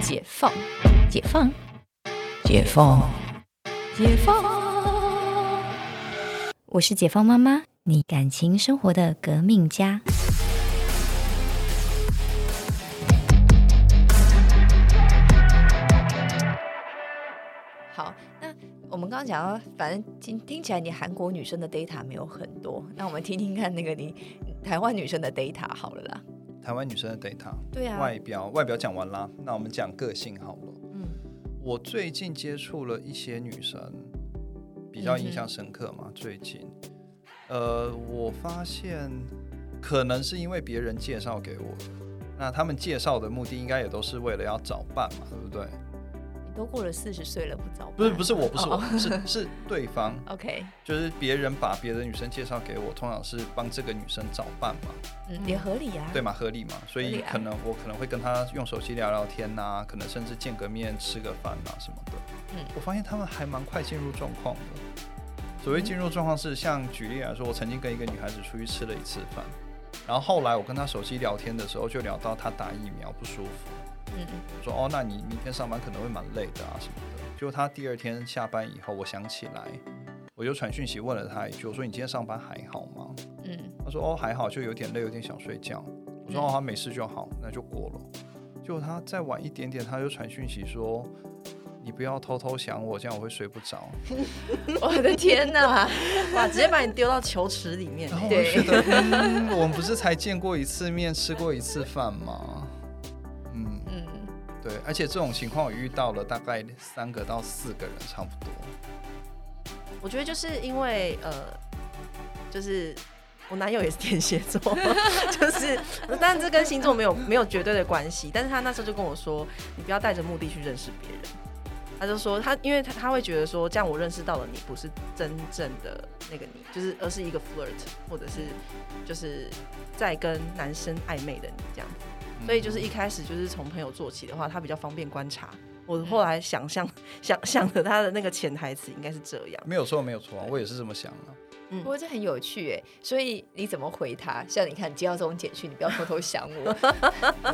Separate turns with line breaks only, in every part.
解放，解放，
解放，
解放。
我是解放妈妈，你感情生活的革命家。
好，那我们刚刚讲到，反正听听起来你韩国女生的 data 没有很多，那我们听听看那个你台湾女生的 data 好了啦。
台湾女生的 data，
对啊，
外表外表讲完啦，那我们讲个性好了。
嗯，
我最近接触了一些女生，比较印象深刻
嗯
嘛。最近，呃，我发现可能是因为别人介绍给我，那他们介绍的目的应该也都是为了要找伴嘛，对不对？
你都过了四十岁了，不早
不是不
是
是我不是我、
哦
是是对方，
，OK，
就是别人把别的女生介绍给我，通常是帮这个女生找伴嘛，
嗯，也合理啊，
对嘛，合理嘛，
合
所以
理啊
可能我可能会跟她用手机聊聊天呐、可能甚至见个面吃个饭呐、什么的。
嗯
我发现他们还蛮快进入状况的。所谓进入状况是，像举例来说，我曾经跟一个女孩子出去吃了一次饭，然后后来我跟她手机聊天的时候，就聊到她打疫苗不舒服，
嗯，嗯
我说哦，那你明天上班可能会蛮累的啊什么的。结果她第二天下班以后，我想起来，我就传讯息问了她一句，我说你今天上班还好吗？
嗯
他说哦还好，就有点累，有点想睡觉。我说
嗯
哦，他没事就好，那就过了。结果他再晚一点点，他就传讯息说：“你不要偷偷想我，这样我会睡不 着。
嗯， 我的天 哪，
哇，直接把你丢到球池里”面
然后我就
对
觉得，嗯，我们不是才见过一次面，吃过一次饭吗？嗯，
嗯。
对。而且这种情况我遇到了大概三个到四个人，差不多。
我觉得就是因为呃，就是我男友也是天蝎座， 就是，但这跟星座没有没有绝对的关系。但是他那时候就跟我说，你不要带着目的去认识别人。他就说他，因为他他会觉得说，这样我认识到了你不是真正的那个你，就是而是一个 flirt，或者是就是在跟男生暧昧的你这样。
嗯
所以就是一开始就是从朋友做起的话，他比较方便观察。我后来想象想象的他的那个潜台词应该是这样。
没有错，没有错啊，我也是这么想的、
不过这很有趣哎，所以你怎么回他？像你看接到这种简讯，你不要偷偷想我，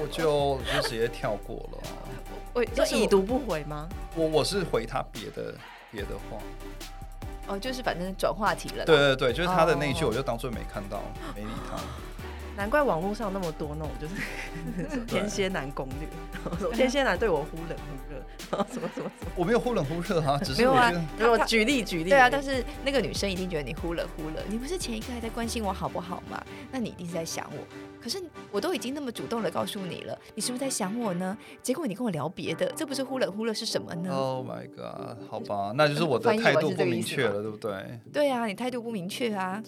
我就就直接跳过了啊。
我
就
就是
已
我
读不回吗？
我我是回他别的别的话。
哦，就是反正转话题了啦。
对对对，就是他的那一句，
哦
我就当做没看到，没理他。
难怪网络上那么多那种就是 天蝎男攻略，然后
啊
说天蝎男对我忽冷忽热，然后什么什么什么。
我没有忽冷忽热 啊，只
没
是
有
我
啊
觉得，
没有举例举例，
对啊，但是那个女生一定觉得你忽冷忽冷，你不是前一刻还在关心我好不好吗？那你一定是在想我。可是我都已经那么主动的告诉你了，你是不是在想我呢？结果你跟我聊别的，这不是忽冷忽热是什么呢？
Oh my god，好吧，那就是我的
翻译
态
完
度
是
不
这个
明
意思
确
吗
了，对不对？
对啊，你态度不明确啊，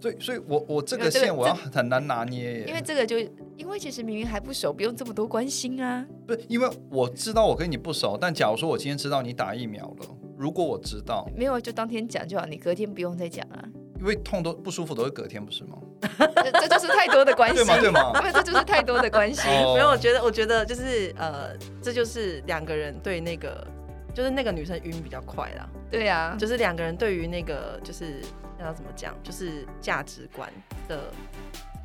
所以，所以我我这
没
个
有这个
线我要很难拿捏耶，
因为这个就因为其实明明还不熟，不用这么多关心啊。
不是因为我知道我跟你不熟，但假如说我今天知道你打疫苗了，如果我知道，
没有就当天讲就好，你隔天不用再讲啊。
因为痛都不舒服都是隔天，不是吗？
这这就是太多的关系，
对吗？对吗？
因为这就是太多的关系。
哦
没有，我觉得我觉得就是呃，这就是两个人对那个就是那个女生晕比较快啦，
对啊，
就是两个人对于那个就是要怎么讲，就是价值观的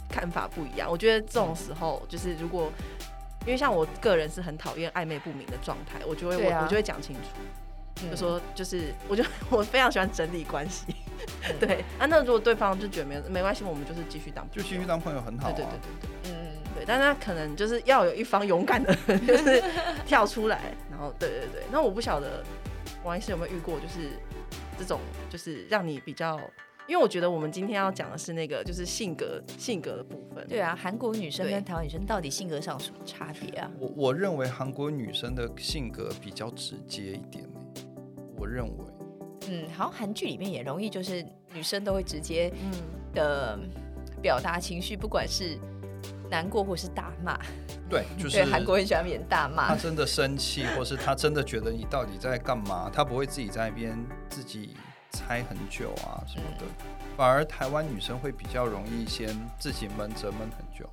看法不一样。我觉得这种时候，就是如果因为像我个人是很讨厌暧昧不明的状态，我就会
对
我、
啊
我就会讲清楚，
嗯
就说就是我就 我非常喜欢整理关系
嗯。
对啊，那如果对方就觉得没有没关系，我们就是继续当
就继续
当
当朋友很好啊。
对对对对对。
嗯，
对，但他可能就是要有一方勇敢的，就是跳出来，然后对对对。那我不晓得王医师有没有遇过，就是这种，就是让你比较，因为我觉得我们今天要讲的是那个，就是性格性格的部分。
对啊，韩国女生
对
跟台湾女生到底性格上有什么差别啊？
我我认为韩国女生的性格比较直接一点耶，我认为。
嗯，好像韩剧里面也容易，就是女生都会直接
嗯，
的表达情绪，不管是难过或是大骂。
对，就是
对，韩国很喜欢演大
他
骂。
真的 生气，或是他真的觉得你到底在干嘛，他不会自己在那边自己猜很久啊什么的。反而台湾女生会比较容易先自己闷着闷很久，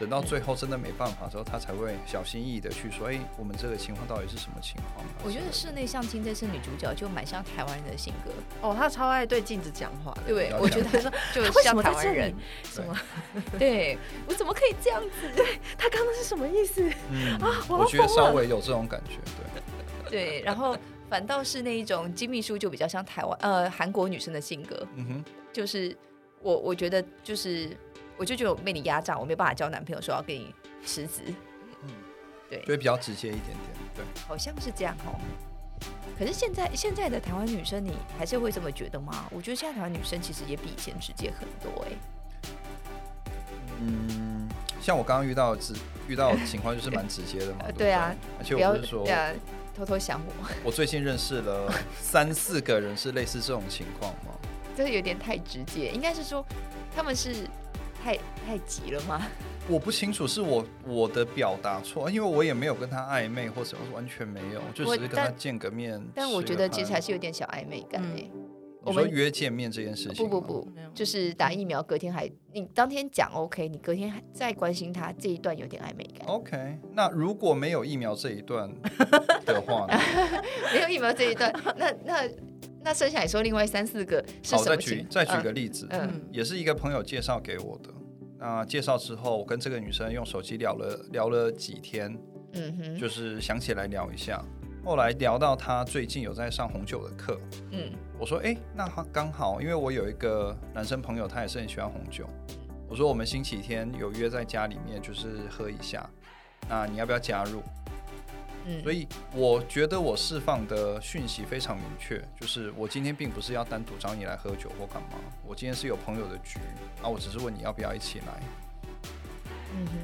等到最后真的没办法之后，他才会小心翼翼的去说，哎、我们这个情况到底是什么情况啊？
我觉得
之类
室内相亲这次女主角就蛮像台湾人的性格，
哦，他超爱对镜子讲话的，
对
了，解
我觉得她 是就
为什
像
么
台
在
湾
这里
人，
的
什么？
对我怎么可以这样子？
他刚刚是什么意思？
嗯，
啊
我
我
要
觉得
疯
稍
了
微有这种感觉，对，
对，然后反倒是那一种金秘书就比较像台湾呃韩国女生的性格，
嗯哼，
就是我我觉得就是我就觉得我被你压榨，我没办法交男朋友，说要跟你辞职，
就会比较直接一点点，对。
好像是这样哦。可是现在现在的台湾女生，你还是会这么觉得吗？我觉得现在台湾女生其实也比以前直接很多哎、
嗯，像我刚刚遇到的直遇到的情况就是蛮直接 的嘛
呃，
不
对啊，
而且
不
我
要
不是说
对，啊，偷偷想我，
我最近认识 了三四个人是类似这种情况嘛，
这有点太直接，应该是说他们是太太急了吗？
我不清楚是我我的表达错，因为我也没有跟他暧昧或什么，完全没有，就只
我
是跟他
但
见个面
但我觉得其实还是有点小暧昧感哎、
嗯
我
我说
们
约见面这件事情
不
吗，
不不
没有，
就是打
嗯
疫苗隔天还你当天讲 OK，你隔天还再关心他这一段有点暧昧感。
，OK，那如果没有疫苗这一段的话呢，
没有疫苗这一段，那那那剩下你说另外三四个 是
好，
什么
再举
情？
再举
嗯
个例子，
嗯
嗯，
也是一个朋友介绍给我的。那介绍之后，我跟这个女生用手机聊了聊了几天，
嗯哼，
就是想起来聊一下。后来聊到她最近有在上红酒的课，
嗯
我说：“诶，那她刚好，因为我有一个男生朋友，他也是很喜欢红酒。
嗯
我说我们星期天有约在家里面，就是喝一下。那你要不要加入？
嗯，
所以我觉得我释放的讯息非常明确，就是我今天并不是要单独找你来喝酒或干嘛，我今天是有朋友的局啊，我只是问你要不要一起来。
嗯哼，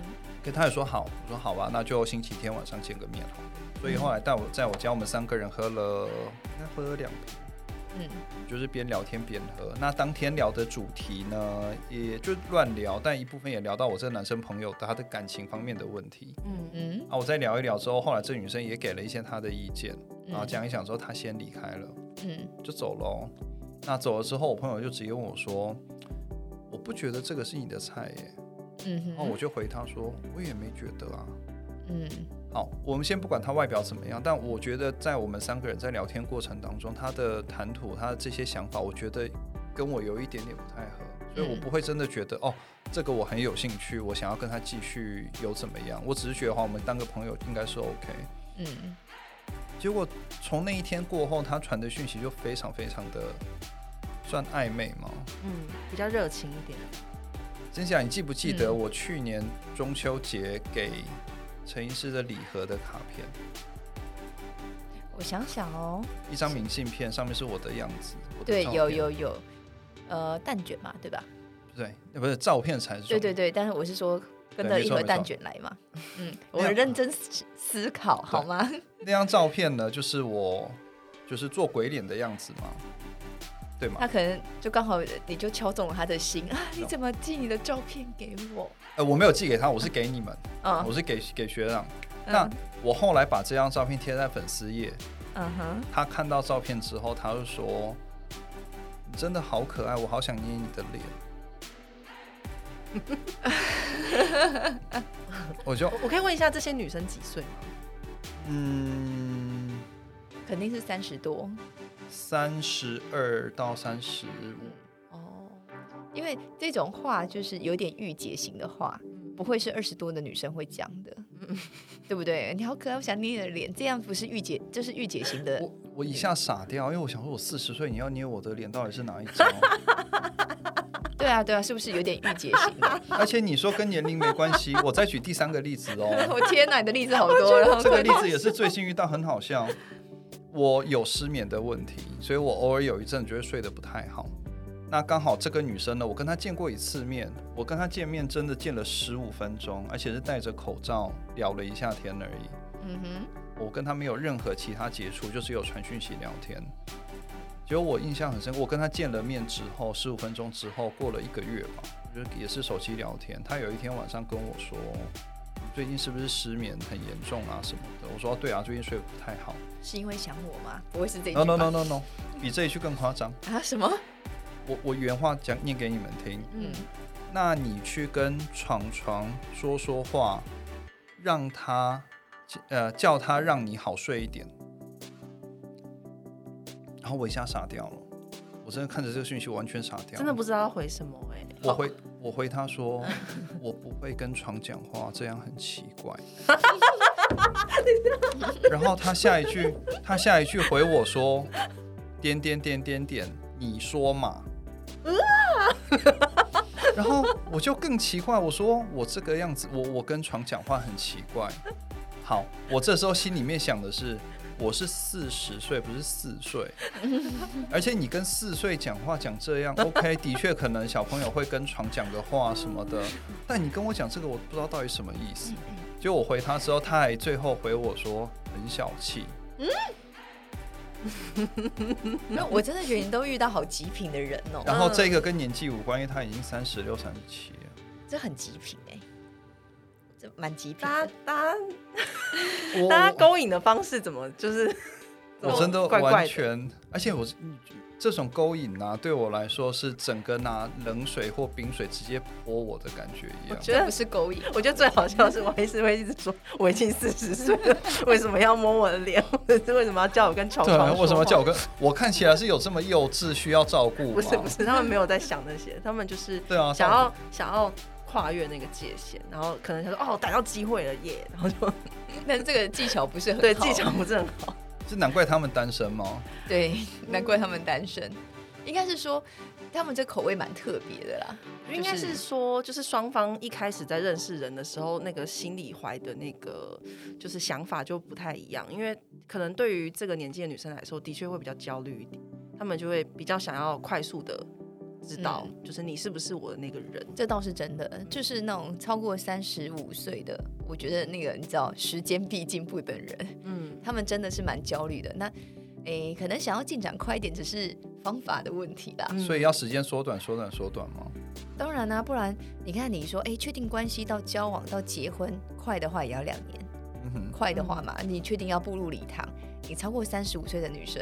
可他也说好，我说好吧，那就星期天晚上见个面好了。所以后来带我在我家，我们三个人喝了，应该喝了两瓶，
嗯
就是边聊天边喝。那当天聊的主题呢，也就乱聊，但一部分也聊到我这个男生朋友他的感情方面的问题。
嗯，
嗯
啊，我再聊一聊之后，后来这女生也给了一些她的意见，
嗯
然后讲一讲之后，她先离开了，
嗯
就走了哦。那走了之后，我朋友就直接问我说：“我不觉得这个是你的菜耶。”
嗯哼，
然后哦我就回他说：“我也没觉得啊。”
嗯
好，我们先不管他外表怎么样，但我觉得在我们三个人在聊天过程当中，他的谈吐，他的这些想法，我觉得跟我有一点点不太合，所以我
嗯
不会真的觉得、哦，这个我很有兴趣，我想要跟他继续有怎么样，我只是觉得话，我们当个朋友应该是 OK。
嗯
结果从那一天过后，他传的讯息就非常非常的算暧昧嘛。
嗯，比较热情一点。
真假，你记不记得
嗯
我去年中秋节给陈医师的礼盒的卡片？
我想想哦，
一张明信片，上面是我的样子。我的
对，
照
有
片
有有，呃，蛋卷嘛，对吧？
对，呃不是照片才是
对对
重点。
对，但是我是说跟
对
着
没
一
错
盒
没
蛋
错
卷来 嘛，嗯，
那
我
样
认真思思考好吗？
那张照片呢，就是我就是做鬼脸的样子嘛，对吗
他？可能就刚好你就敲中了他的心啊！
哦
你怎么寄你的照片给我？
呃，我没有寄给他，我是给你们，
嗯
我是给给学长。哦那我后来把这张照片贴在粉丝页，
嗯哼，
他看到照片之后，他就说：“你真的好可爱，我好想捏你的 脸。”我就
我我可以问一下，这些女生几岁吗？
嗯，
肯定是三十多
三十二到三十五，
哦，因为这种话就是有点御姐型的话，
嗯
不会是二十多的女生会讲的，对不对？你好可爱，我想捏你的脸，这样不是御姐，这是御姐型的。
我我一下傻掉，因为我想说，我四十岁你要捏我的脸，到底是哪一招？
对啊，对啊，是不是有点御姐型 的？
而且你说跟年龄没关系，我再举第三个例子 哦。
我天哪，你的例子好多，然后
这个例子也是最近遇到，很好笑。我有失眠的问题，所以我偶尔有一阵就会睡得不太好。那刚好这个女生呢，我跟她见过一次面，我跟她见面真的见了十五分钟，而且是戴着口罩聊了一下天而已。
嗯哼，
我跟他没有任何其他接触，就只有传讯息聊天。结果我印象很深，我跟他见了面之后，十五分钟之后，过了一个月吧，就也是手机聊天。他有一天晚上跟我说：“你最近是不是失眠很严重啊什么的？”我说：“对啊，最近睡得不太好。
是因为想我吗？不会是这一句
”No No
吧
No No No，比这一句更夸张。
啊什么？
我我原话讲念给你们听。
嗯
那你去跟闯闯说说话，让他呃叫他让你好睡一点。然后我一下傻掉了，我真的看着这个讯息完全傻掉了，
真的不知道要回什么哎、
我回我回他说，我不会跟床讲话，这样很奇怪。然后他下一句，他下一句回我说，点点点点点，你说嘛。然后我就更奇怪，我说我这个样子，我我跟床讲话很奇怪。好，我这时候心里面想的是，我是四十岁，不是四岁。而且你跟四岁讲话讲这 样，OK，的确可能小朋友会跟床讲个话什么的，但你跟我讲这个，我不知道到底什么意
嗯
思。就我回他之后，他还最后回我说很小气，
那我真的觉得你都遇到好极品的人
嗯
哦，
然后这个跟年纪无关，因为他已经三十六、三十七了。
这很极品哎、这蛮极品
大
的
家。大家
我
大家勾引的方式怎么就是？
我真的
怪怪的
完全，而且我是这种勾引啊，对我来说是整个拿冷水或冰水直接泼我的感觉一样。
觉
这
得
不是勾引，
我觉得最好笑的是王医师会一直说 我已经四十岁了，为什么要摸我的脸，或者是为什么要叫我跟床
对
床
啊，
说话
为什么叫我跟我看起来是有这么幼稚需要照顾吗？
不是不是，他们没有在想那些，他们就是
对啊，
想
到底
要想要跨越那个界限，然后可能想说哦逮到机会了耶，然 后就
但是这个技巧不是很
对
好
技巧不是很好，
是难怪他们单身吗？
对，难怪他们单身。应该是说，他们这口味蛮特别的啦。
应该
就是
说就是双方一开始在认识人的时候，那个心里怀的那个就是想法就不太一样，因为可能对于这个年纪的女生来说，的确会比较焦虑一点，她们就会比较想要快速的。知道，
嗯
就是你是不是我的那个人，
这倒是真的，就是那种超过三十五岁的，我觉得那个你知道，时间必进步的人，
嗯，
他们真的是蛮焦虑的。那诶，可能想要进展快一点，只是方法的问题啦。
嗯
所以要时间缩短、缩短、缩短吗？
当然啦、啊不然你看你说，诶，确定关系到交往到结婚，快的话也要两年，
嗯哼，
快的话嘛，你确定要步入礼堂，你超过三十五岁的女生，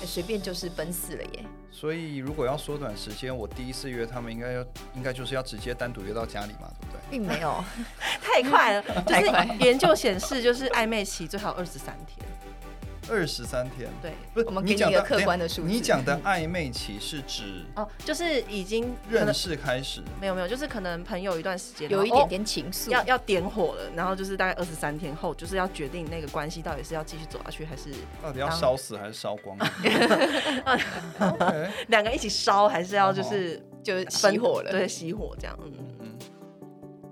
诶随便就是奔四了耶。
所以如果要缩短时间，我第一次约他们应该要应该就是要直接单独约到家里嘛，对不对？
并没 有，
太快 了，就
太快
是研究显示，就是暧昧期最好二十三天。
二十三天，
对，
不是
我们
你
给你
讲
一个
的哎
客观的数字
你讲的暧昧期是 指
哦，就是已经可
认
能
识开始，
没有没有，就是可能朋友一段时间
有一
然后
点点情愫
哦。要要点火了，然后就是大概二十三天后，就是要决定那个关系到底是要继续走下去，还是
到底要
当
烧死还是烧光
啊
？OK，
两个一起烧，还是要就是
就
分
哦熄火了。
对，，熄火这样。嗯，
嗯，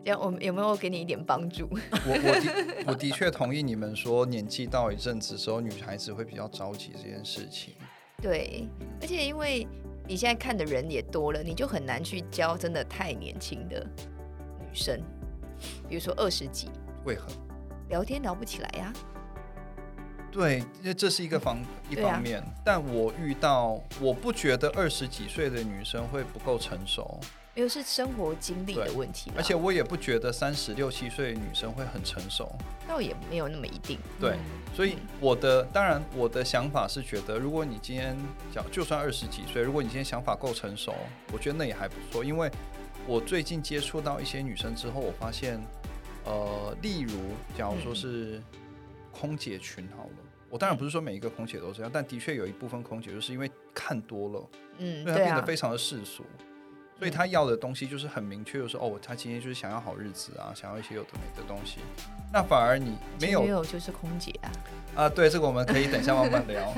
这样我们有没有给你一点帮助？
我我的我的确同意你们说，年纪到一阵子之后，女孩子会比较着急这件事情。
对，而且因为你现在看的人也多了，你就很难去教真的太年轻的女生，比如说二十几，
为何？
聊天聊不起来啊呀、
对，这这是一个方一
对啊
方面，但我遇到我不觉得二十几岁的女生会不够成熟，
没有是生活经历的问题啦，
而且我也不觉得三十六七岁的女生会很成熟。
倒也没有那么一定。
对，所以我的当然我的想法是觉得，如果你今天讲就算二十几岁，如果你今天想法够成熟，我觉得那也还不错。因为我最近接触到一些女生之后，我发现，呃，例如假如说是空姐群好了。我当然不是说每一个空姐都这样，但的确有一部分空姐就是因为看多了，
嗯，
所以她
对
变得
啊，
非常的世俗，所以她要的东西就是很明确，就是哦，她今天就是想要好日子啊，想要一些有的没的东西。那反而你没有
没有就是空姐啊，
啊，对，这个我们可以等一下慢慢聊。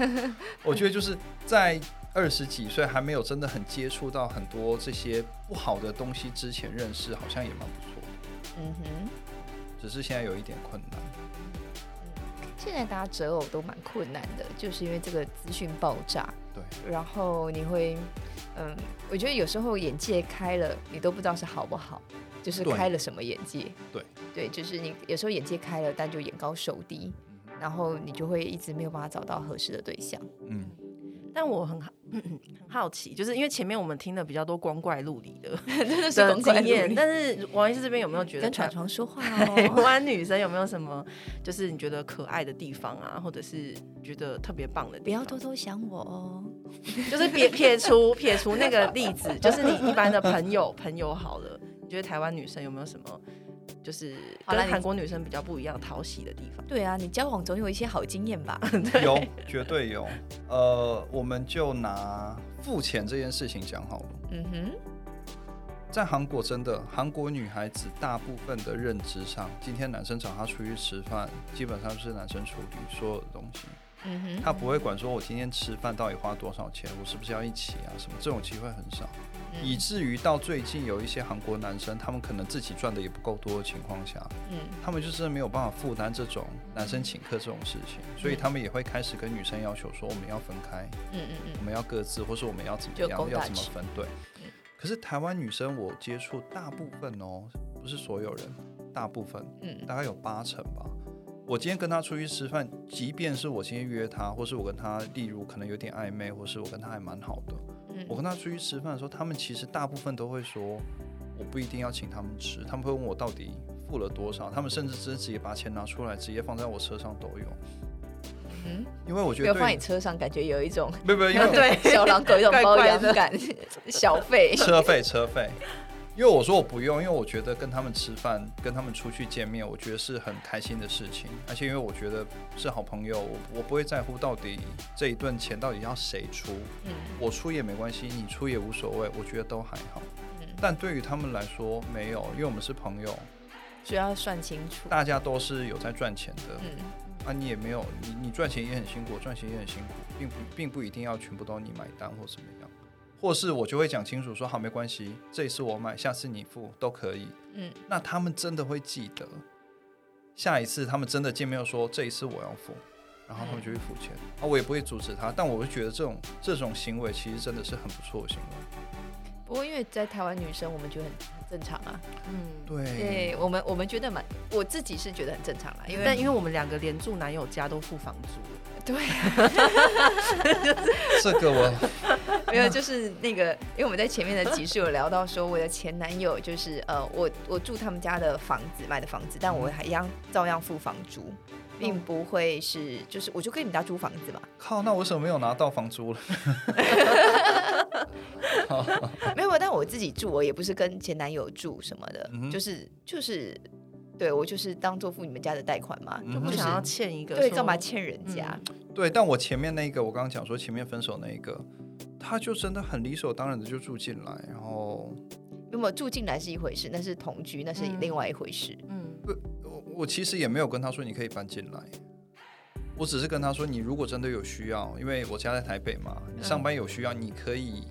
我觉得就是在二十几岁还没有真的很接触到很多这些不好的东西之前，认识好像也蛮不错的，
嗯哼。
只是现在有一点困难。
现在大家择偶都蛮困难的，就是因为这个资讯爆炸。
对。
然后你会，嗯，我觉得有时候眼界开了，你都不知道是好不好，就是
对
开了什么眼界。
对。
对，就是你有时候眼界开了，但就眼高手低，然后你就会一直没有办法找到合适的对 象。
嗯，
但我很好很好奇，就是因为前面我们听了比较多光怪陆 离的
真的
的
光怪
经
陆
验，
离
但是王医师这边有没有觉得
跟船床说话
台
哦。
湾女生有没有什么就是你觉得可爱的地方啊，或者是觉得特别棒的
不
地
要
方？
偷偷想我哦，
就是撇撇除撇除那个例子，就是你一般的朋友朋友好了，你觉得台湾女生有没有什么就是
好啦
跟
你
韩国女生比较不一样讨喜的地方？
对啊，你交往总有一些好经验吧？
有，绝对有。呃，我们就拿付钱这件事情讲好了。
嗯哼，
在韩国，真的韩国女孩子大部分的认知上，今天男生找她出去吃饭，基本上是男生处理所有的东西，
嗯哼，
她不会管说我今天吃饭到底花多少钱，我是不是要一起啊什么，这种机会很少，
嗯
以至于到最近有一些韩国男生，他们可能自己赚的也不够多的情况下，
嗯
他们就是没有办法负担这种男生请客这种事情，所以他们也会开始跟女生要求说我们要分开，
嗯嗯
我
嗯，
们要各自，或是我们要怎么
就
样，
公
要
大
怎么
吃
分对
嗯。
可是台湾女生我接触大部分哦，不是所有人，大部分
嗯
大概有八成吧。我今天跟她出去吃饭，即便是我今天约她，或是我跟她，例如可能有点暧昧，或是我跟她还蛮好的，
嗯
我跟她出去吃饭的时候，他们其实大部分都会说，我不一定要请他们吃，他们会问我到底付了多少，他们甚至直接把钱拿出来，直接放在我车上都有，
嗯，
因为我觉
没
得
有放
对
你车上，感觉有一种
没有 没有，因为我
对
小狼狗一种
怪
包
怪
养
的
感，小 费。
车费车费，因为我说我不用，因为我觉得跟他们吃饭、跟他们出去见面，我觉得是很开心的事情，而且因为我觉得是好朋友，我我不会在乎到底这一顿钱到底要谁出，
嗯
我出也没关系，你出也无所谓，我觉得都还好。
嗯，
但对于他们来说，没有，因为我们是朋友，
需要算清楚。
大家都是有在赚钱的，
嗯
啊，你也没有，你你赚钱也很辛苦，我赚钱也很辛苦，并不并不一定要全部都你买单或怎么样，或是我就会讲清楚说好没关系，这一次我买，下次你付都可以。
嗯
那他们真的会记得，下一次他们真的见面说这一次我要付，然后他们就会付钱、啊，我也不会阻止他，但我会觉得这种这种行为其实真的是很不错的行为。
不过因为在台湾女生，我们觉得很很正常啊。
嗯，
对，
对我们，我们觉得蛮，我自己是觉得很正常啦，因为
但因为我们两个连住男友家都付房租了，
对，
这个我
没有 就是那个，因为我们在前面的集数有聊到说，我的前男友就是呃，我我住他们家的房子买的房子，但我还一样照样付房租，并不会是就是我就跟你们家租房子嘛，
靠，那我为什么没有拿到房租了？
没有，但我自己住，我也不是跟前男友住什么的，
嗯哼
就是就是，对我就是当做付你们家的贷款嘛，
嗯
就不
就是
想要欠一个说，
对，干嘛欠人家？
对，但我前面那一个，我刚刚讲说前面分手那一个，他就真的很理所当然的就住进来，然后
那么住进来是一回事，那是同居，那是
嗯
另外一回事。
嗯，
我我其实也没有跟他说你可以搬进来，我只是跟他说你如果真的有需要，因为我家在台北嘛，你上班有需要，你可以，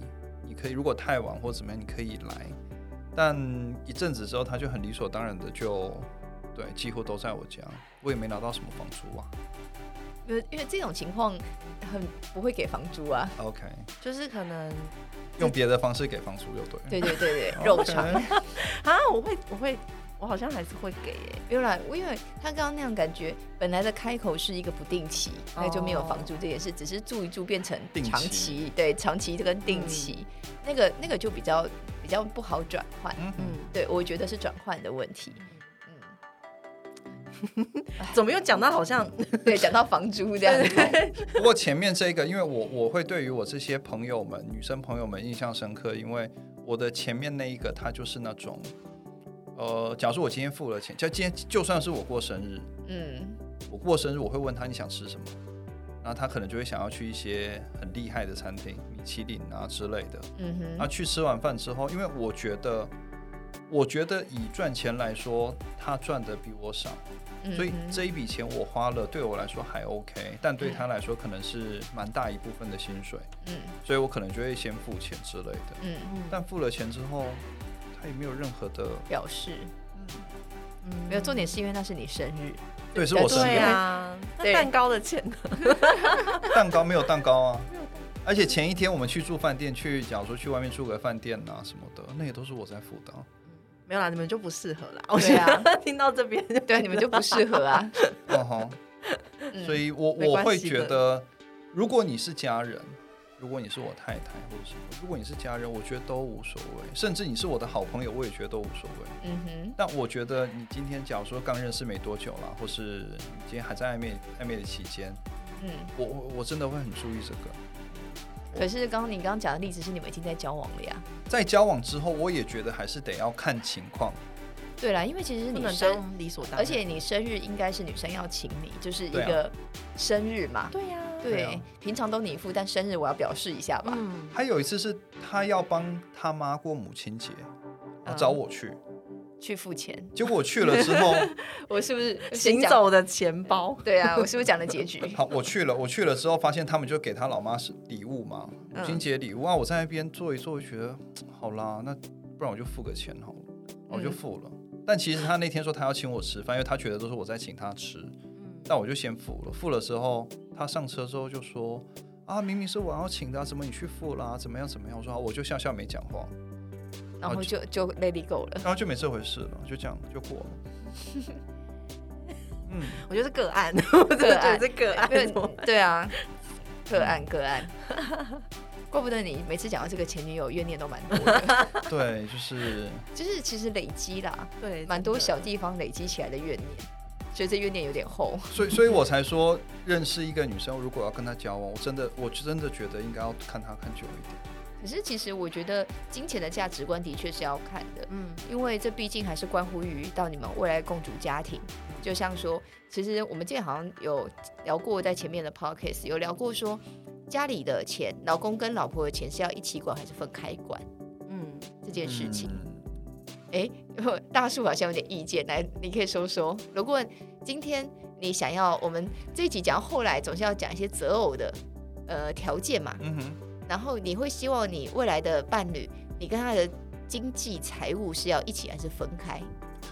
你可以如果太晚或怎么样，你可以来。但一阵子之后，他就很理所当然的就对，几乎都在我家，我也没拿到什么房租啊。
因为因为这种情况很不会给房租啊。
OK，
就是可能
用别的方式给房租就对了。哦
对对对 对，肉偿。
OK
啊，我会我会我好像还是会给耶，
原来因为他刚刚那样感觉，本来的开口是一个不定期，
哦
那就没有房租这件事，只是住一住变成
哦定期
长期，对长期跟定期，那个那个就比较比较不好转换。
嗯哼。
嗯，
对，我觉得是转换的问 题。嗯，
怎么又讲到好像
对，讲到房租这样子，
不过前面这个，因为我我会对于我这些朋友们、女生朋友们印象深刻，因为我的前面那一个，他就是那种，呃，假如说我今天付了钱，就今天就算是我过生日，
嗯，
我过生日我会问他你想吃什么，然后他可能就会想要去一些很厉害的餐厅，米其林啊之类的。
嗯
然后
哼，
去吃完饭之后，因为我觉得，我觉得以赚钱来说，他赚的比我少。
嗯哼
所以这一笔钱我花了，对我来说还 OK，但对他来说可能是蛮大一部分的薪水，
嗯
所以我可能就会先付钱之类的。
嗯
但付了钱之后，他也没有任何的，
表示
嗯
没有重点是因为那是你生日，
对，是我生
对
日，
啊，那
对
蛋糕的钱呢？
蛋糕没有蛋糕啊。而且前一天我们去住饭店，去假如说去外面住个饭店啊什么的，那也都是我在付的啊。
没有啦，你们就不适合啦。我
对
觉
啊
得听到这边就
对，你们就不适合 啊。
哦吼，
嗯
所以我
没关
我会
系
觉
的
得，如果你是家人，如果你是我太太或者什么，如果你是家人，我觉得都无所谓，甚至你是我的好朋友，我也觉得都无所谓。
嗯哼，
但我觉得你今天假如说刚认识没多久啦，或是你今天还在暧昧暧昧的期间，
嗯，
我我我真的会很注意这个。
可是刚刚你刚刚讲的例子是你们已经在交往了呀？
在交往之后，我也觉得还是得要看情况。
对啦，因为其实
不
女
能
生，
当理所当然。
而且你生日应该是女生要请你，就是一
对啊
个生日嘛。
对呀、
对，
对啊
平常都你付，但生日我要表示一下吧。
嗯，
还有一次是他要帮他妈过母亲节，然后找我去，
去付钱，
结果我去了之后，
我是不是先
行
讲？
走的钱包，
对啊，我是不是讲了结局？
好，我去了，我去了之后发现他们就给他老妈是礼物嘛，母亲节礼物啊，我在那边坐一坐，我就觉得好啦，那不然我就付个钱好了，哦我就
嗯
付了。但其实他那天说他要请我吃饭，因为他觉得都是我在请他吃，但我就先付了。付了之后，他上车之后就说啊，明明是我要请的啊、怎么你去付啦、怎么样怎么样？我说好，我就笑笑没讲话，
然后哦就就 let it go 了。
然后就没这回事了，就这样就过了。嗯，
我觉得是个 案，我真的觉得是个案。 哦
对对啊，个案个案， 怪不得你每次讲到这个前女友怨念都蛮多 的，
对，就是
就是其实累积啦，
对，
蛮多
真的
小地方累积起来的怨念，所以这怨念有点厚。
所以，所以我才说，认识一个女生，如果要跟她交往，我真的，我真的觉得应该要看她看久一点。
可是其实我觉得金钱的价值观的确是要看的，
嗯，
因为这毕竟还是关乎于到你们未来共主家庭。就像说，其实我们之前好像有聊过，在前面的 podcast 有聊过说，家里的钱，老公跟老婆的钱是要一起管还是分开管
嗯，
这件事情。
嗯
哎、 大树好像有点意见，来，你可以说说。如果今天你想要，我们这一集讲到后来总是要讲一些择偶的呃条件嘛，
嗯哼，
然后你会希望你未来的伴侣，你跟他的经济财务是要一起还是分开？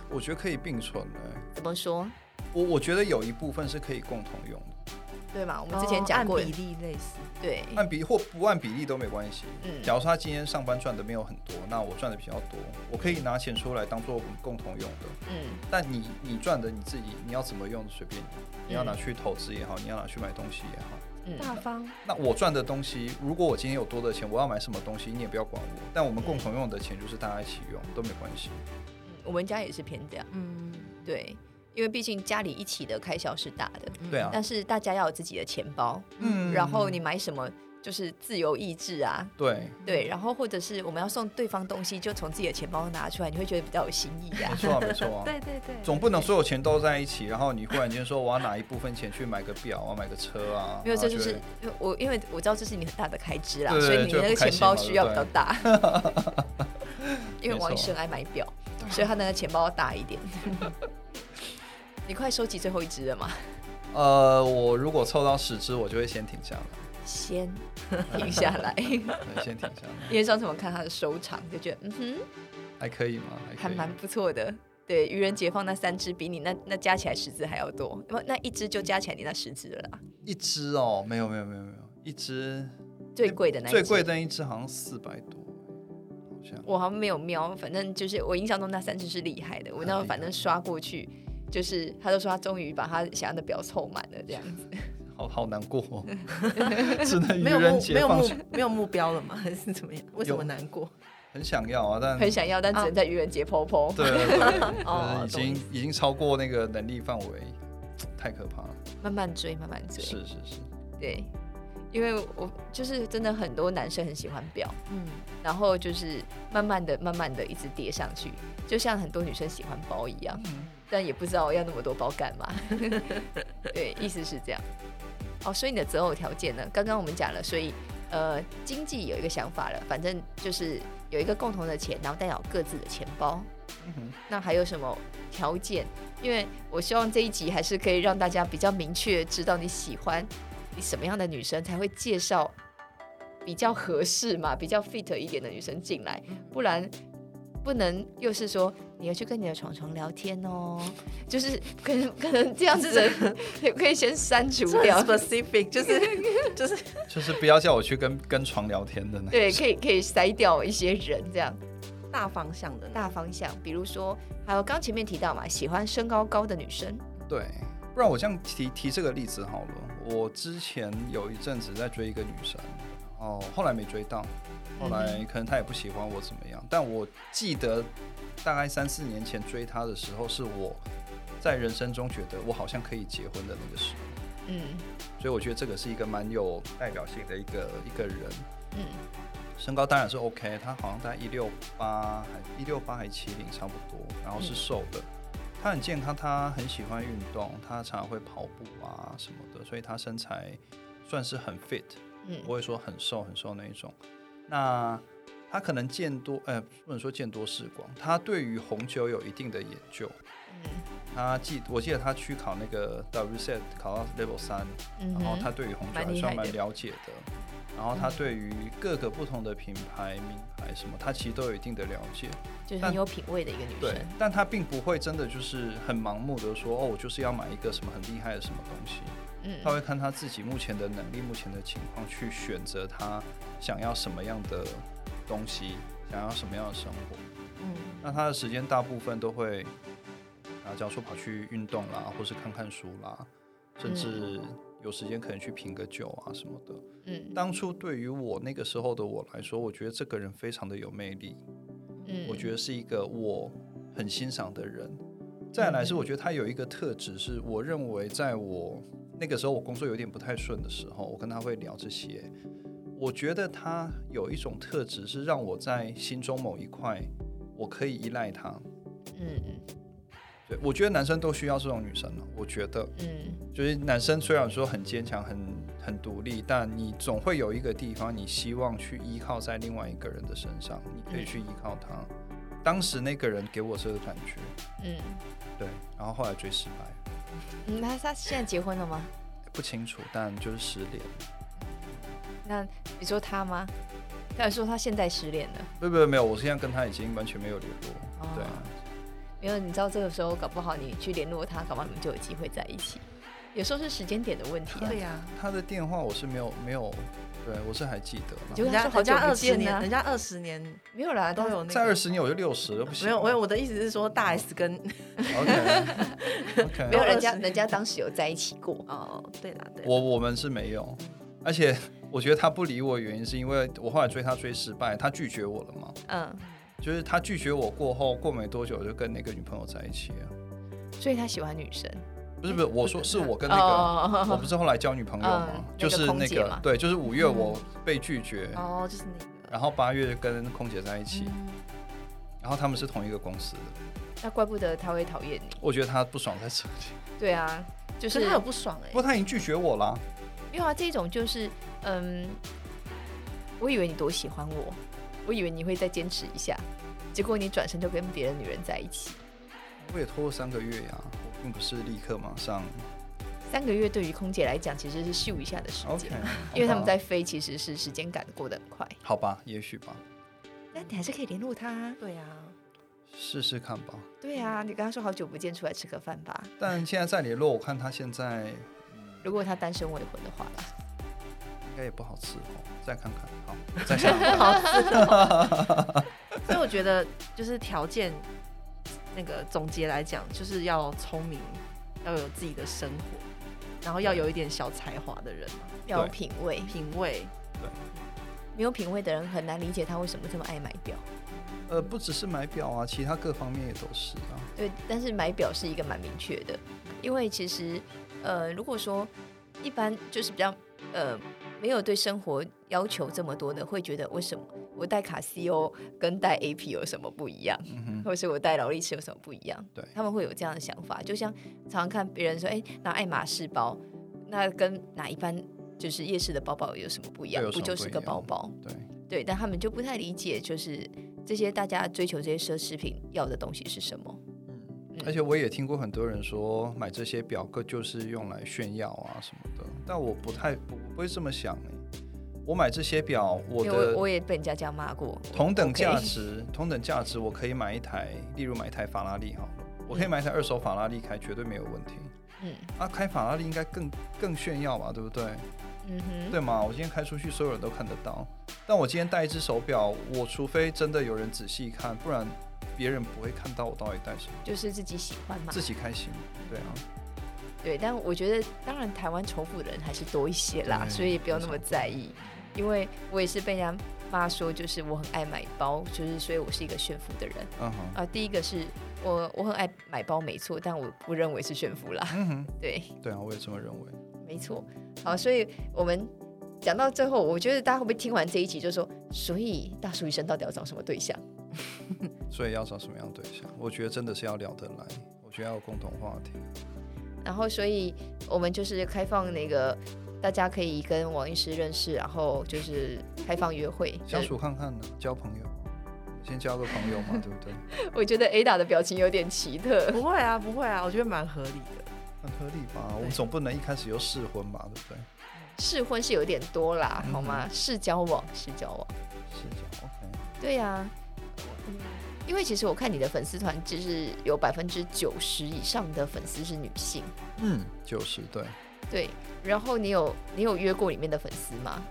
我觉得可以并存的、欸
怎么说？
我我觉得有一部分是可以共同用的，
对嘛？我
我
们之前讲过的，
哦比例类似，
哦对，
按比或不按比例都没关系。
嗯
假如说她今天上班赚的没有很多，那我赚的比较多，我可以拿钱出来当做我们共同用的。
嗯
但你你赚的你自己，你要怎么用随便你，你要拿去投资也好，你要拿去买东西也好。
嗯，
大方，
那我赚的东西，如果我今天有多的钱，我要买什么东西，你也不要管我。但我们共同用的钱就是大家一起用，都没关系。
我们家也是偏这样，
嗯，
对，因为毕竟家里一起的开销是大的，
对啊
但是大家要有自己的钱包，
嗯
然后你买什么就是自由意志啊，
对，
对，然后或者是我们要送对方东西，就从自己的钱包拿出来，你会觉得比较有新意呀、
没错啊没错啊。
对对对，
总不能所有钱都在一起，然后你忽然间说我要拿一部分钱去买个表啊，买个车啊，
因为这就
然
是
后
因为我，因为我知道这是你很大的开支啦，
对对
所以你
就
那个
不开
钱
心
包
嘛
需要比
对
较
不
大。因为
没
王医
错
生爱买表，所以他那个钱包要大一点。 你快收集最后一只了吗？
就会呃，我如果凑到十只，我就会先停下来，
先停下来，因
对，先停下来，
为上次我看他的收藏，就觉得嗯哼，
还可以吗？
还
可以
蛮不错的。对，愚人节放那三只，比你那那加起来十只还要多，那么那一只就加起来你那十只了啦。
一只哦，没有没有没有没有，一只
最贵的那一
最
只
贵的那一只好像四百多，好像
我好像没有瞄，反正就是我印象中那三只是厉害的。我那时候反正刷过去，就是他都说他终于把他想要的表凑满了这样子。
好好难过、哦， 只能愚
没有目
人节
没有
放
目
假，
没有目标了吗？ 还是怎么样？为什么难过？
很想要啊，但
很想要，但只能在愚人节 PO PO。
对对对，
哦
就是已
懂意
经已经超过那个能力范围，太可怕了，
慢慢追，慢慢追。
是是是。
对，因为我就是真的很多男生很喜欢表，
嗯，
然后就是慢慢的、慢慢的一直叠上去，就像很多女生喜欢包一样，但也不知道要那么多包干嘛。 对，意思是这样。哦，所以你的择偶条件呢？刚刚我们讲了，所以呃，经济有一个想法了，反正就是有一个共同的钱，然后带有各自的钱包。
嗯哼
那还有什么条件？因为我希望这一集还是可以让大家比较明确知道你喜欢你什么样的女生，才会介绍比较合适嘛，比较 fit 一点的女生进来，不然不能又是说你要去跟你的床床聊天哦，就是可能可能这样子的可以先删除
这很
掉。
specific，就是 就是
就是不要叫我去跟跟床聊天的那
对，
种
可以可以筛掉一些人，这样
大方向的那
大方向，比如说，还有刚前面提到嘛，喜欢身高高的女生，
对，不然我这样提提这个例子好了。我之前有一阵子在追一个女生，哦，后来没追到，后
嗯
来可能她也不喜欢我怎么样，但我记得大概三四年前追她的时候，是我在人生中觉得我好像可以结婚的那个时候。
嗯
所以我觉得这个是一个蛮有代表性的一个一个人。
嗯
身高当然是 OK，他好像在一六八还一六八还七零差不多，然后是瘦的。他很健康，他很喜欢运动，他常常会跑步啊什么的，所以他身材算是很 fit，
嗯
不会说很瘦很瘦那一种。那他可能见多，呃，不能说见多识广，他对于红酒有一定的研究。
嗯
他记，我记得他去考那个 WSET 考到 Level 三，
嗯
然后他
哼嗯
对于红酒
蛮
还
厉
算
害
蛮
的
了解的，然后他对于各个不同的品牌、名牌什么，他其实都有一定的了解。
就是
但
很有品味的一个女
对
生，，
但他并不会真的就是很盲目的说，哦，我就是要买一个什么很厉害的什么东西。
嗯
他会看他自己目前的能力、目前的情况去选择他想要什么样的东西，想要什么样的生活。
嗯
那他的时间大部分都会啊，假如说跑去运动啦，或是看看书啦，甚至有时间可能去品个酒啊什么的。
嗯
当初对于我那个时候的我来说，我觉得这个人非常的有魅力，
嗯
我觉得是一个我很欣赏的人。再来是，我觉得他有一个特质，是我认为在我那个时候我工作有点不太顺的时候，我跟他会聊这些。我觉得他有一种特质，是让我在心中某一块我可以依赖他。
嗯
对，我觉得男生都需要这种女生了。哦我觉得，
嗯
就是男生虽然说很坚强、很很独立，但你总会有一个地方，你希望去依靠在另外一个人的身上，你可以
嗯
去依靠他。当时那个人给我这个感觉，
嗯
对，然后后来追失败，
嗯，那他现在结婚了吗？
不清楚，但就是失恋。
那你说他吗？他有说他现在失恋了，
没有没有没有，我现在跟他已经完全没有联络。
哦
对啊，
没有？你知道这个时候搞不好你去联络他，搞不好你们就有机会在一起。有时候是时间点的问题啊
对。呀、
他的电话我是没有没有，对我是还记得。然后
就
人
跟
家
他说好
人
久
家
不
二十
见
年，
啊
人，家二十年
没有啦，
啊都
但
有那
在二
个。
十年我就六十了，不行。
没有，我有我的意思是说，大 S 跟
OK OK，
没有
都
人家
二十。
人家当时有在一起过
哦，对啦，对啦，
我我们是没有，而且我觉得他不理我，原因是因为我后来追他追失败，他拒绝我了嘛。
嗯，
就是他拒绝我过后，过没多久就跟那个女朋友在一起了。
所以他喜欢女生。
不是不是，我说是我跟那个，
哦
我不是后来交女朋友吗？
嗯
就
那
是
个空
那
姐
个
嘛嗯
对，就是五月我被拒绝，
哦，就是那个，
然后八月跟空姐在一起，
嗯
然后他们是同一个公司的。
那怪不得他会讨厌你。
我觉得他不爽在这里，
对啊，就
可
是
是他有不爽哎、
不过他已经拒绝我啦。
没有啊，这种就是嗯，我以为你多喜欢我，我以为你会再坚持一下，结果你转身就跟别的女人在一起。
我也拖了三个月呀、我并不是立刻马上。
三个月对于空姐来讲其实是咻一下的时
OK，
间，因为他
好
们
吧
在飞，其实是时间赶得过得很快。
好吧，也许吧，
但你还是可以联络他、啊。
对啊，
试试看吧。
对啊，你跟他说好久不见，出来吃个饭吧。
但现在再联络，我看他现在
如果他单身未婚的话啦，
应该也不好伺候，再看看，好，再想 一下。
好，所以我觉得就是条件，那个总结来讲，就是要聪明，要有自己的生活，然后要有一点小才华的人嘛，
要有品味，
品味，
没有品味的人很难理解他为什么这么爱买表。
呃，不只是买表啊，其他各方面也都是啊。
对，但是买表是一个蛮明确的，因为其实呃，如果说一般就是比较呃没有对生活要求这么多的，会觉得为什么我戴卡西欧跟戴 AP 有什么不一样？
嗯哼，
或是我戴劳力士有什么不一样？
对
他们会有这样的想法。就像常常看别人说，哎、拿爱马仕包，那跟哪一般就是夜市的包包有什么不一样
对有？
不
什么
就
不
是
一
个包
样
包？
对，
对，但他们就不太理解，就是这些大家追求这些奢侈品要的东西是什么。
嗯，而且我也听过很多人说买这些表格就是用来炫耀啊什么的，但我不太不不会这么想欸我买这些表，我
因为我我
的
也被人家这样骂过。
同等价
OK
值，同等价值，我可以买一台，例如买一台法拉利好了，我可以买一台二手法拉利开，绝对没有问题。
嗯
啊，开法拉利应该更更炫耀吧，对不对？
嗯哼，
对吗？我今天开出去，所有人都看得到。但我今天戴一只手表，我除非真的有人仔细看，不然别人不会看到我到底戴什么，
就是自己喜欢嘛
自。己开心。对啊，
对，但我觉得当然台湾仇富的人还是多一些啦，
对
所以也不要那么
嗯没错
在意。因为我也是被人家骂说，就是我很爱买包，就是所以我是一个炫富的人
嗯哼，
啊、第一个是我我很爱买包没错，但我不认为是炫富啦。
嗯哼，
对，
对啊，我也这么认为。
没错。好，所以我们讲到最后，我觉得大家会不会听完这一集就说，所以大叔医生到底要找什么对象？
所以要找什么样的对象？我觉得真的是要聊得来，我觉得要有共同话题。
然后，所以我们就是开放那个大家可以跟王医师认识，然后就是开放约会。
相处看看呢，交朋友，先交个朋友嘛，对不 对？
我觉得 Ada 的表情有点奇特，
不会啊，不会啊，我觉得蛮合理的。
很合理吧？我们总不能一开始就试婚吧，对不对？
试婚是有点多啦，
嗯
好吗？试交往，试交往。
是这样，OK。
对呀、嗯因为其实我看你的粉丝团，就是有百分之九十以上的粉丝是女性，
嗯，就是对。
对。然后你有你有约过里面的粉丝吗？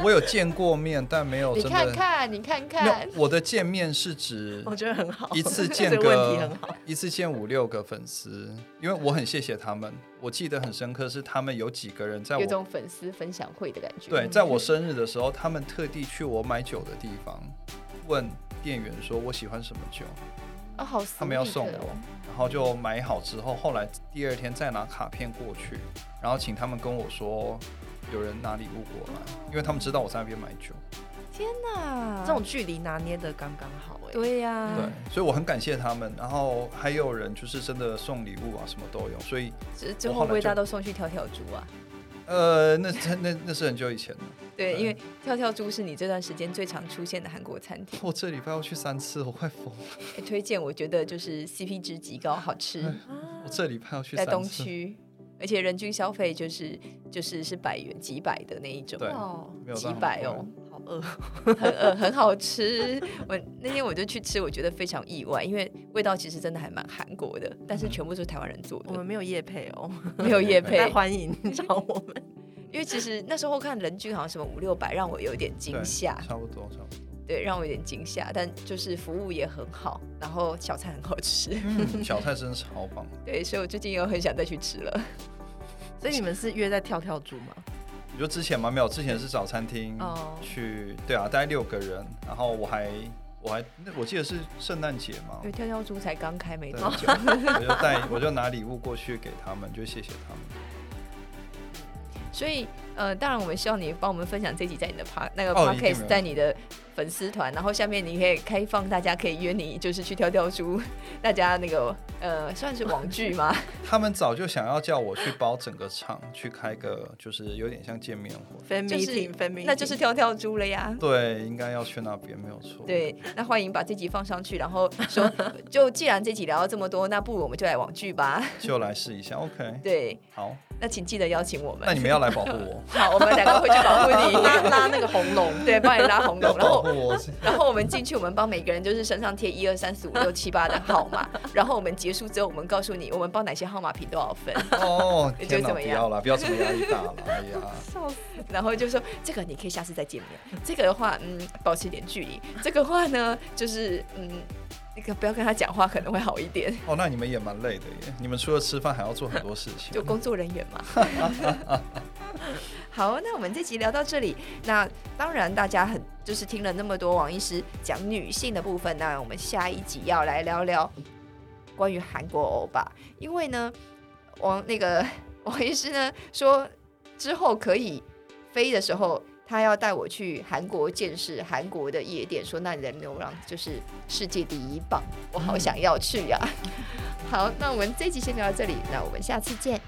我有见过面，但没有
你
哦真的。
看看，你看
没
看
有，我的见面是指
我觉得很好，
一次见
这个问题
个
很好。
一次见五六个粉丝，因为我很谢谢他们。我记得很深刻是他们有几个人在
有
我
种粉丝分享会的感觉。
对，在我生日的时候，他们特地去我买酒的地方问店员说我喜欢什么酒，
啊，好 sweet 哦，
他们要送我，然后就买好之后，后来第二天再拿卡片过去，然后请他们跟我说有人拿礼物过来，因为他们知道我在那边买酒。
那
这种距离拿捏的刚刚好哎、
对呀、
对，所以我很感谢他们。然后还有人就是真的送礼物啊，什么都有。所以
最最
我
后
后
会
来
不会
就
大家都送去跳跳猪啊？
呃，那那那那是很久以前了。
对，
对
因为跳跳猪是你这段时间最常出现的韩国餐厅，
我这礼拜要去三次，我快疯了。
哎推荐我觉得就是 CP 值极高，好吃，
我这礼拜要去
在
三
东
次，
区，而且人均消费就是就是是百元几百的那一种，
对
哦，
没有到
几
很
百
贵
哦，，
好饿，
很呃很好吃。我那天我就去吃，我觉得非常意外，因为味道其实真的还蛮韩国的，但是全部都是台湾人做
我
的
们，没有夜配 哦，
没有夜
那
配。
欢迎找我们。
因为其实那时候看人均好像什么五六百，让我有点惊
对
吓。
差不多差不多。
对，让我有点惊吓，但就是服务也很好，然后小菜很好吃，
嗯，小菜真的超棒。
对，所以我最近又很想再去吃了。
所以你们是约在跳跳猪吗？
你说之前吗？没有，之前是找餐厅
哦
去，对啊，大概六个人，然后我还我还那我记得是圣诞节嘛
因，为跳跳猪才刚开没
对
多
我
久，
就 带我就拿礼物过去给他们，就谢谢他们。
所以呃，当然我们希望你帮我们分享这集在你的 p 那个
哦一定没
podcast，、
问题
在你的粉丝团，然后下面你可以开放大家可以约你，就是去跳跳猪，大家那个呃算是网剧 吗？
他们早就想要叫我去包整个场，去开个就是有点像见面会。
f a n
就是
meeting，fan meeting，
那就是跳跳猪了呀。
对，应该要去那边，没有错。，
对，那欢迎把这集放上去，然后说， 就既然这集聊到这么多，那不如我们就来网剧吧。
就来试一下。OK，
对，
好，
那请记得邀请我们。
那你们要来保 护我，
好，我们两个会去保护你，
拉拉那个红龙，
对，帮你拉红
要
龙，然
保
后
护。我。
然后我们进去，我们帮每个人就是身上贴一二三四五六七八的号 码，然后我们结束之后，我们告诉你我们帮哪些号码评多少 分，
哦，
你
天
觉得
哪，
怎么
不
样
要啦，不要这么压力大了。哎呀，
然后就说这个你可以下次再见面，这个的话嗯保持一点距离，这个话呢就是嗯那个不要跟他讲话可能会好一点，
哦，那你们也蛮累的耶。你们除了吃饭，还要做很多事情。
就工作人员嘛。 好，那我们这集聊到这里。那当然，大家很就是听了那么多王医师讲女性的部分，那我们下一集要来聊聊关于韩国欧巴，因为呢，王那个 王医师呢说之后可以飞的时候。他要带我去韩国见识韩国的夜店，说那里的牛郎就是世界第一棒，我好想要去啊呀、好，那我们这集先聊到这里，那我们下次见。